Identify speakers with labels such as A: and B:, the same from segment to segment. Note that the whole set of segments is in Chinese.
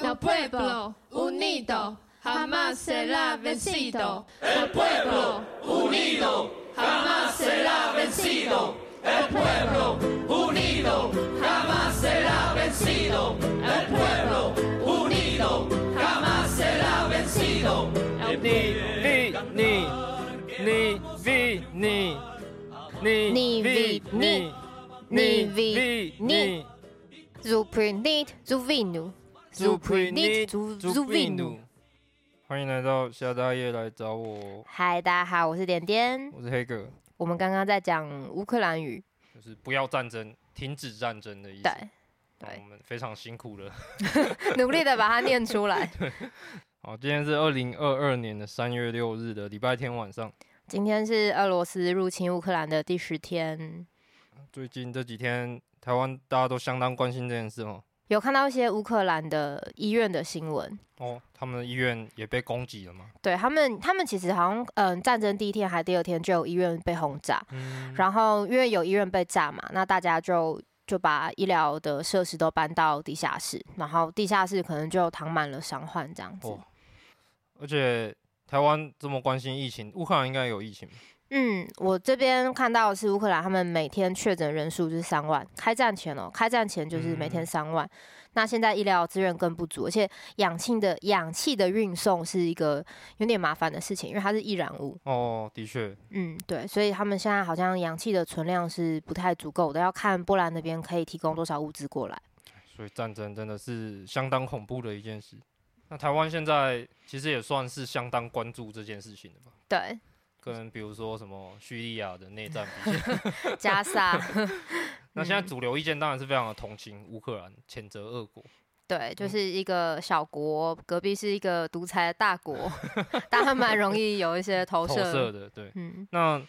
A: El pueblo unido jamás será vencido. El pueblo unido jamás será vencido. El pueblo unido jamás será vencido. El pueblo unido jamás será vencido. El
B: Ni, ni, ni, vi, ni. Ni,
C: Ni, vi, ni. Ni, vi, ni. Zuprinit zuvinu。
B: Zuprinit
C: Zup-
B: Zuvinu。欢迎来到夏大业来找我，
C: 嗨，大家好，我是点点。
B: 我是黑哥，
C: 我们刚刚在讲乌克兰语，
B: 就是不要战争，停止战争的意思。
C: 对，
B: 那
C: 对
B: 我们非常辛苦了。
C: 努力的把它念出来。
B: 好，今天是二零二二年的三月六日的礼拜天晚上。
C: 今天是俄罗斯入侵乌克兰的第十天，
B: 最近这几天，台湾大家都相当关心这件事哦。
C: 有看到一些乌克兰的医院的新闻，
B: 哦，他们的医院也被攻击了嘛？
C: 对他们，他们其实好像，嗯，战争第一天还第二天就有医院被轰炸，
B: 嗯，
C: 然后因为有医院被炸嘛，那大家就就把医疗的设施都搬到地下室，然后地下室可能就躺满了伤患这样子。
B: 哦，而且台湾这么关心疫情，乌克兰应该有疫情吧。
C: 嗯，我这边看到的是乌克兰，他们每天确诊人数就是三万，开战前哦，开战前就是每天三万。那现在医疗资源更不足，而且氧气的氧气的运送是一个有点麻烦的事情，因为它是易燃物。
B: 哦，的确，
C: 嗯，对，所以他们现在好像氧气的存量是不太足够的，要看波兰那边可以提供多少物资过来。
B: 所以战争真的是相当恐怖的一件事。那台湾现在其实也算是相当关注这件事情的吧，
C: 对，
B: 跟比如说什么叙利亚的内战比 起来，
C: 加沙，
B: 那现在主流意见当然是非常的同情乌克兰，谴责俄国。
C: 对，
B: 嗯
C: 就是一个小国，隔壁是一个独裁的大 国，但他蛮容易有一些投
B: 投
C: 射。
B: 射的，对。
C: 嗯，
B: 那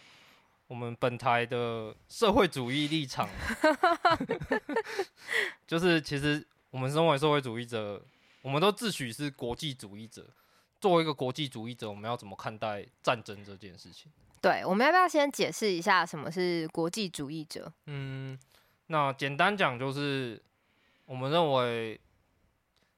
B: 我们本台的社会主义立 场，就是其实我们身为社会主义者，我们都自诩是国际主义者。作为一个国际主义者，我们要怎么看待战争这件事情？
C: 对，我们要不要先解释一下什么是国际主义者？
B: 嗯，那简单讲就是，我们认为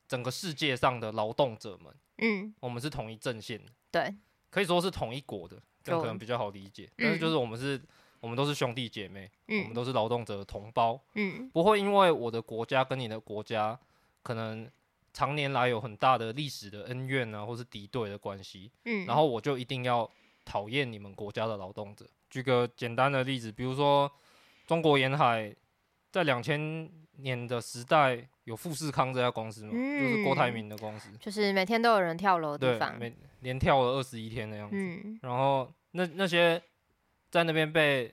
B: 整个世界上的劳动者们，
C: 嗯，
B: 我们是同一阵线的。
C: 对，
B: 可以说是同一国的，这样
C: 就
B: 可能比较好理解。但是
C: 嗯
B: 就是我们是，我们都是兄弟姐妹，我们
C: 嗯
B: 都是劳动者的同胞，
C: 嗯
B: 不会因为我的国家跟你的国家可能常年来有很大的历史的恩怨啊，或是敌对的关系，
C: 嗯，
B: 然后我就一定要讨厌你们国家的劳动者。举个简单的例子，比如说中国沿海在两千年的时代有富士康这家公司嘛，就是郭台
C: 嗯
B: 铭的公司，
C: 就是每天都有人跳楼的
B: 对
C: 地方，，
B: 每连跳了二十一天的样子。
C: 嗯
B: 然后那那些在那边被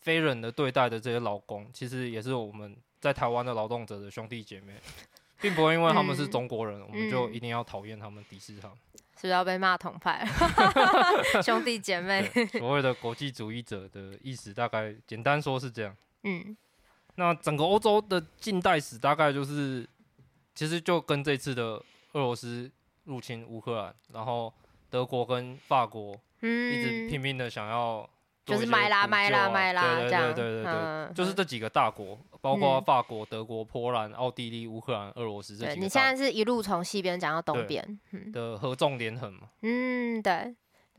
B: 非人的对待的这些劳工，其实也是我们在台湾的劳动者的兄弟姐妹，并不会因为他们是
C: 嗯
B: 中国人，我们就
C: 嗯
B: 一定要讨厌他们、敌视他们。
C: 是不是要被骂同派？ 兄弟姐妹，
B: 对所谓的国际主义者的意思，大概简单说是这样。
C: 嗯
B: 那整个欧洲的近代史大概就是，其实就跟这次的俄罗斯入侵乌克兰，然后德国跟法国
C: 嗯，
B: 一直拼命的想要做
C: 就
B: 一
C: 是
B: 些
C: 买啦
B: 补
C: 买
B: 救
C: 啦
B: 啊
C: 买啦
B: 对
C: 这
B: 对
C: 样，
B: 对对对
C: 嗯
B: 就是这几个大国，包括
C: 嗯
B: 法国、德国、波兰、奥地利、乌克兰、俄罗斯这
C: 对
B: 几
C: 你
B: 个
C: 现
B: 大
C: 在是一路从西边讲到
B: 对
C: 东边，嗯
B: 的合纵连横嘛，
C: 嗯，对。对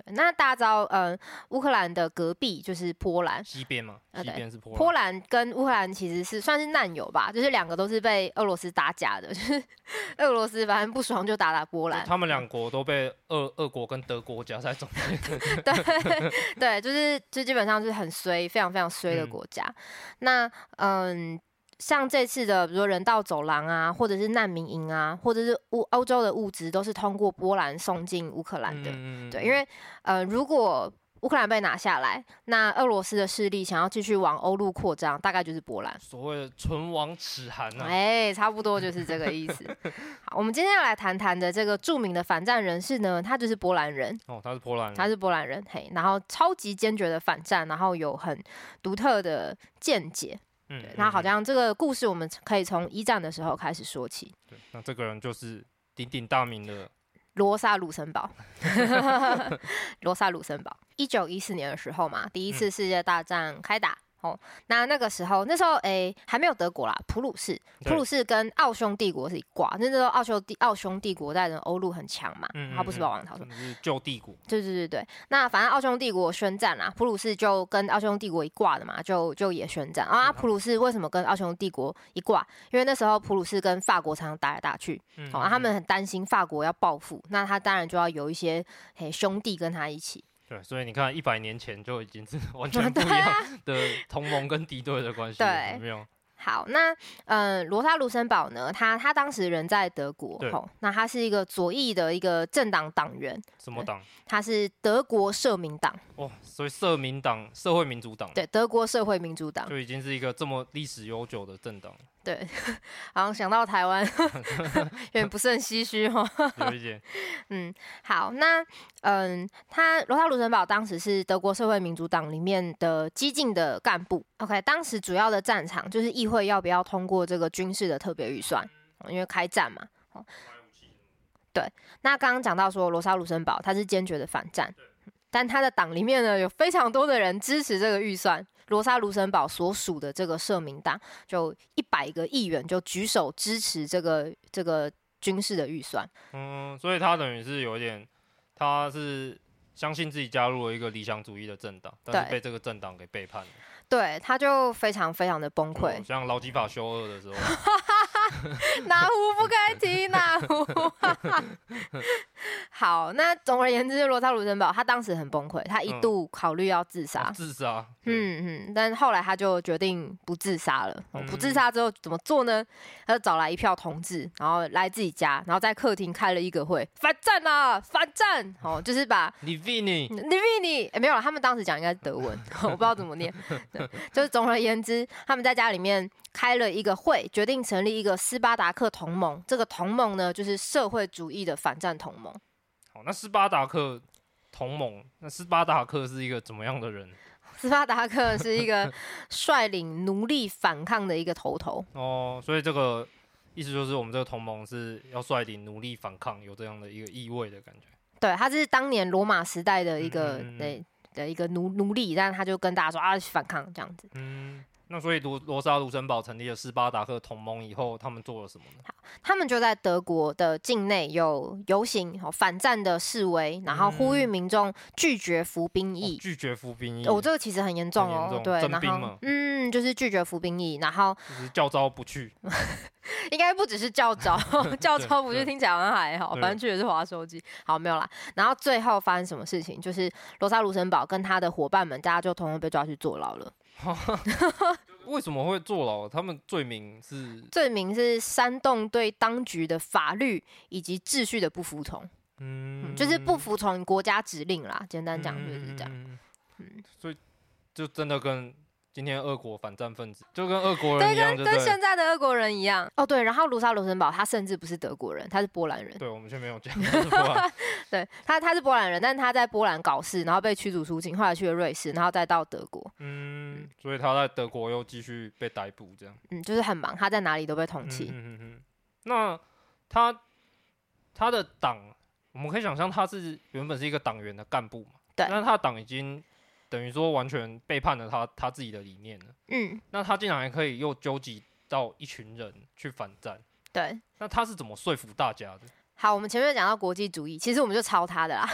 C: 那大家知道，嗯，乌克兰的隔壁就是波兰，
B: 西边嘛，
C: 啊
B: 西
C: 对
B: 边是波
C: 波
B: 兰，
C: 兰跟乌克兰其实是算是难友吧，就是两个都是被俄罗斯打假的，就是 俄罗斯反正不爽就打打波兰嗯
B: 就，他们两国都被俄俄国跟德国夹在中间。
C: 对对，就是就基本上是很衰，非常非常衰的
B: 嗯
C: 国家。那嗯。像这次的，比如说人道走廊啊，或者是难民营啊，或者是乌欧洲的物资，都是通过波兰送进乌克兰的。
B: 嗯
C: 啊对，因为呃，如果乌克兰被拿下来，那俄罗斯的势力想要继续往欧陆扩张，大概就是波兰。
B: 嗯所谓的唇亡齿寒啊，
C: 哎、差不多就是这个意思。 好，我们今天要来谈谈的这个著名的反战人士呢，他就是波兰人，
B: 哦，他是波兰
C: 他
B: 人，
C: 是波兰人，嘿，然后超级坚决的反战，然后有很独特的见解。
B: 嗯
C: 对，那好
B: 嗯
C: 像这个故事我们可以从一战的时候开始说起。
B: 对，那这个人就是鼎鼎大名的，
C: 罗萨卢森堡，
B: 嗯
C: 罗萨卢森堡，一九一四年的时候嘛，第一次世界大战开打。哦，那那个时候，那时候诶、还没有德国啦，普鲁士，
B: 对
C: 普鲁士跟奥匈帝国是一挂，那时候奥匈帝奥匈帝国在人欧陆很强嘛，
B: 嗯
C: 他不
B: 嗯
C: 是霸王朝什么，
B: 真的是旧帝国，
C: 对对对对，那反正奥匈帝国宣战啦，普鲁士就跟奥匈帝国一挂的嘛，就就也宣战啊。
B: 对啊
C: 普鲁士为什么跟奥匈帝国一挂？因为那时候普鲁士跟法国常常打来打去，
B: 嗯
C: 好、啊他们很担心法国要报复，那他当然就要有一些嘿兄弟跟他一起。
B: 对，所以你看一百年前就已经是 完全不一样的同盟跟敌对的关系了，
C: 啊对
B: 有没有？
C: 好，那嗯，罗莎卢森堡呢？他他当时人在德国
B: 对，
C: 吼那他是一个左翼的一个政党党员，
B: 什么党？
C: 他是德国社民党，
B: 哦，所以社民党、社会民主党，
C: 对，德国社会民主党，
B: 就已经是一个这么历史悠久的政党，
C: 对，好像想到台湾， 有点不是很唏嘘哈。
B: 有一点，
C: 嗯，好，那嗯，他罗莎卢森堡当时是德国社会民主党里面的激进的干部。OK，当时主要的战场就是议会要不要通过这个军事的特别预算，哦因为开战嘛。哦对，那刚刚讲到说罗莎卢森堡他是坚决的反战，但他的党里面呢有非常多的人支持这个预算。罗莎卢森堡所属的这个社民党就一百个议员就举手支持这个这个军事的预算。
B: 嗯，所以他等于是有一点，他是相信自己加入了一个理想主义的政党，但是
C: 对
B: 被这个政党给背叛了。
C: 对，他就非常非常的崩
B: 哦
C: 溃，
B: 像劳基法修二的时候，
C: 哪壶不开提哪壶。啊 好，那总而言之，罗超卢森堡他当时很崩溃，他一
B: 嗯
C: 度考虑要自杀
B: 哦。自杀，对，
C: 嗯嗯，但后来他就决定不自杀了。哦不自
B: 嗯
C: 杀之后怎么做呢？他就找来一票同志，然后来自己家，然后在客厅开了一个会，反战啦，反战！哦，就是把
B: 你 v 你，
C: 你你你、诶没有了，他们当时讲应该是德文， 我不知道怎么念。对就是总而言之，他们在家里面开了一个会，决定成立一个斯巴达克同盟。这个同盟呢，就是社会主义的反战同盟。
B: 好，那斯巴达克同盟，那斯巴达克是一个怎么样的人？
C: 斯巴达克是一 个率领奴隶反抗的一个头头。
B: 哦，所以这个意思就是我们这个同盟是要率领奴隶反抗，有这样的一个意味的感觉。
C: 对，他是当年罗马时代的一个
B: 嗯嗯嗯嗯
C: 对的一个奴奴隶，但他就跟大家说啊，反抗这样子。
B: 嗯，那所以罗罗莎卢森堡成立了斯巴达克同盟以后，他们做了什么呢？
C: 他们就在德国的境内有游行、哦反战的示威，然后呼吁
B: 嗯
C: 民众拒绝服兵
B: 哦
C: 役。
B: 拒绝服兵役，
C: 哦，这个其实很严重
B: 很严
C: 哦，
B: 重
C: 对，
B: 征
C: 然
B: 兵
C: 后
B: 嘛
C: 嗯，就是拒绝服兵役，然后
B: 就是教招不去。
C: 应该不只是教招，教
B: 对
C: 招不
B: 对
C: 是听起来好像还好，
B: 对
C: 反正去的是划手机，好没有啦。然后最后发生什么事情，就是罗莎卢森堡跟他的伙伴们，大家就统统被抓去坐牢了，
B: 为什么会坐牢？他们罪名是
C: 罪名是煽动对当局的法律以及秩序的不服从，
B: 嗯
C: 嗯就是不服从国家指令啦，简单讲就是这样。
B: 样。所以就真的跟今天俄国反战分子，就跟俄国人
C: 对，
B: 一样，
C: 跟
B: 就
C: 跟
B: 对了。
C: 现在的俄国人一样哦，对。然后卢沙卢森堡他甚至不是德国人，他是波兰人。
B: 对，我们却没有讲这个话。
C: 对他，他是波兰人，但他在波兰搞事，然后被驱逐出境，后来去了瑞士，然后再到德国，
B: 嗯，所以他在德国又继续被逮捕，这样。
C: 嗯，就是很忙，他在哪里都被
B: 嗯
C: 通
B: 嗯
C: 缉。
B: 嗯嗯。那他他的党，我们可以想象他是原本是一个党员的干部嘛，
C: 对
B: 但是他的党已经等于说完全背叛了他他自己的理念了。
C: 嗯
B: 那他竟然还可以又纠集到一群人去反战，
C: 对。
B: 那他是怎么说服大 家的？
C: 好，我们前面讲到国际主义，其实我们就抄他的啦，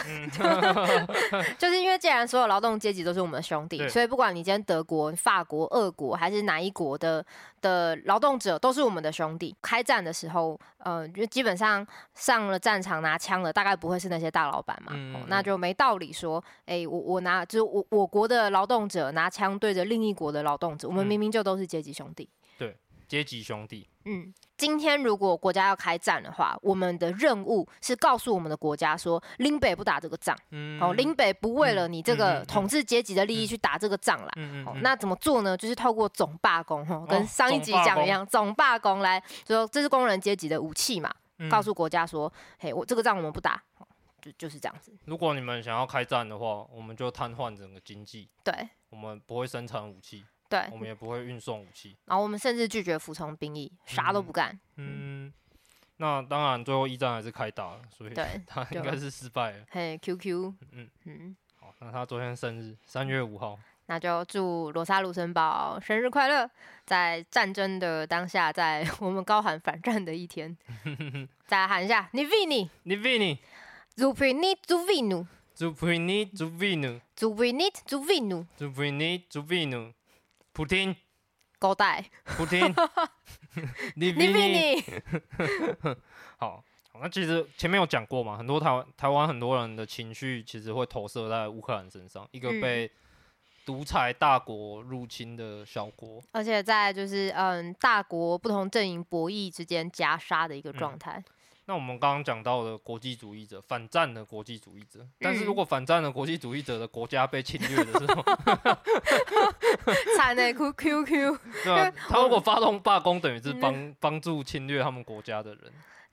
C: 就是因为既然所有劳动阶级都是我们的兄弟，
B: 对
C: 所以不管你今天德国、法国、俄国还是哪一国的的劳动者，都是我们的兄弟。开战的时候，呃，就基本上上了战场拿枪的，大概不会是那些大老板嘛，
B: 嗯
C: 哦
B: 嗯
C: 那就没道理说，哎、我我拿就是我我国的劳动者拿枪对着另一国的劳动者，我们
B: 嗯
C: 明明就都是阶级兄弟。
B: 阶级兄弟，
C: 嗯，今天如果国家要开战的话，我们的任务是告诉我们的国家说，林北不打这个仗，
B: 嗯
C: 哦，林北不为了你这
B: 嗯嗯
C: 个
B: 嗯
C: 统治阶级的利
B: 嗯
C: 益去打这个仗啦。
B: 嗯
C: 哦，那怎么做呢？就是透过总罢工，哦，跟上一集
B: 总罢
C: 讲
B: 工
C: 一样，总罢工来说，这是工人阶级的武器嘛，
B: 那
C: 告诉国家说，嘿，我这个仗我们不打，哦就就是这样子。
B: 如果你们想要开战的话，我们就瘫痪整个经济，
C: 对
B: 我们不会生产武器，
C: 对，
B: 我们也不会运送武器。
C: 然后我们甚至拒绝服从兵役，啥都不干。
B: 嗯，那当然最后一战还是开打了，所以
C: 对
B: 他
C: 对啊
B: 应该是失败了。
C: 嘿，QQ，
B: 嗯
C: 嗯嗯，
B: 好，那他昨天生日，三月五号，
C: 那就祝罗莎卢森堡生日快乐！在战争的当下，在 我们高喊反战的 一天，再喊一下 “Nivini
B: 你 Vini
C: Zuprini Zuvinu
B: Zuprini Zuvinu
C: Zuprini Zuvinu
B: Zuprini Zuvinu Putin
C: 狗带
B: Putin你 Vini
C: Nivini
B: 好。好那其实前面有讲过嘛，很多台湾台湾很多人的情绪其实会投射在乌克兰身上，一个
C: 嗯
B: 被独裁大国入侵的小国，
C: 而且在就是嗯大国不同阵营博弈之间夹杀的一个
B: 嗯
C: 状态。
B: 那我们刚刚讲到的国际主义者，反战的国际主义者，但
C: 嗯
B: 是如果反战的国际主义者的国家被侵略的时 候，
C: 惨欸内哭 QQ，
B: 对啊，他如果发动罢工，等于
C: 嗯
B: 是帮帮助侵略他们国家的人。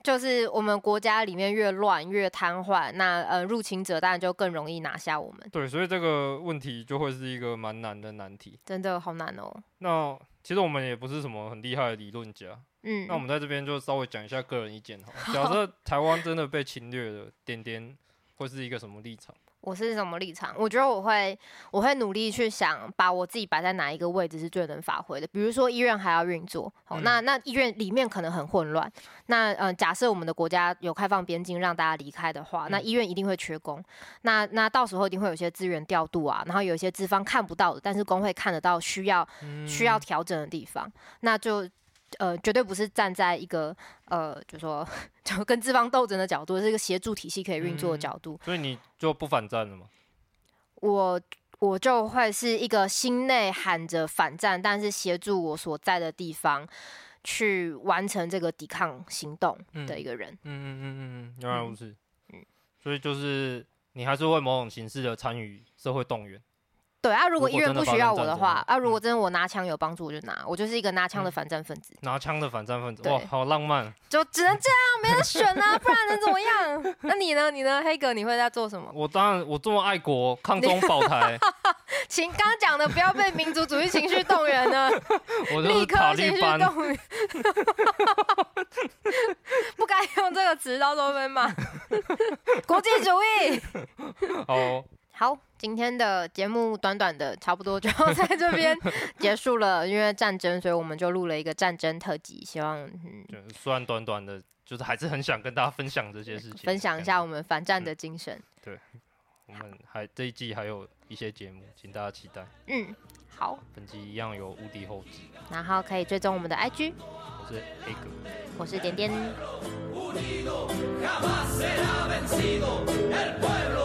C: 就是我们国家里面越乱越瘫痪，那呃入侵者当然就更容易拿下我们。
B: 对，所以这个问题就会是一个蛮难的难题。
C: 真的好难哦。
B: 那其实我们也不是什么很厉害的理论家，
C: 嗯，
B: 那我们在这边就稍微讲一下个人意见好了。假设台湾真的被侵略了，点点会是一个什么立场？
C: 我是什么立场？我觉得我会，我会努力去想，把我自己摆在哪一个位置是最能发挥的。比如说医院还要运作，好、
B: 嗯
C: 那那医院里面可能很混乱。那呃，假设我们的国家有开放边境让大家离开的话，那
B: 嗯
C: 医院一定会缺工。那那到时候一定会有一些资源调度啊，然后有一些资方看不到的，但是工会看得到需要
B: 嗯
C: 需要调整的地方，那就呃绝对不是站在一个呃就说 就跟资方斗争的角度，是一个协助体系可以运作的
B: 嗯
C: 角度。
B: 所以你就不反战了吗？
C: 我我就会是一个心内喊着反战，但是协助我所在的地方去完成这个抵抗行动
B: 嗯
C: 的一个人。
B: 嗯嗯嗯嗯，嗯，原来如
C: 嗯
B: 此。
C: 嗯
B: 所以就是你还是会某种形式的参与社会动员。
C: 对啊，如
B: 如
C: 果
B: 果
C: 医院
B: 真的
C: 不
B: 发
C: 需
B: 生
C: 要我
B: 战
C: 的
B: 争
C: 话
B: 了，
C: 啊，
B: 嗯
C: 如果真的我拿枪有帮助，我就拿，我就是一个拿枪的
B: 嗯
C: 反战分子，
B: 拿枪的反战分子，哇，
C: 对
B: 好浪漫！啊
C: 就只能这样，没得选啊，不然能怎么样？ 那你呢？你呢，黑哥？你会在做什么？
B: 我当然，我这么爱国，抗中保 台，
C: 请刚讲的不要被民族主义情绪动员呢。
B: 我就
C: 立
B: 是
C: 刻
B: 塔
C: 情
B: 利
C: 绪
B: 班。
C: 动员，不该用这个词，到时候被骂。国际主义。
B: 哦，
C: 好，今天的节目短短的，差不多就要在这边结束了。因为战争，所以我们就录了一个战争特辑，希望、嗯、
B: 就虽然短短的，就是还是很想跟大家分享这些事情，
C: 分享一下我
B: 我
C: 们反战的精神。
B: 们我们还这一季还有一些节目，请大家期待。
C: 嗯，好，
B: 本集一样有无敌后置，
C: 然后可以追踪我们的 IG，
B: 我是 A 哥。
C: 我是点点。
A: Jamás será vencido el pueblo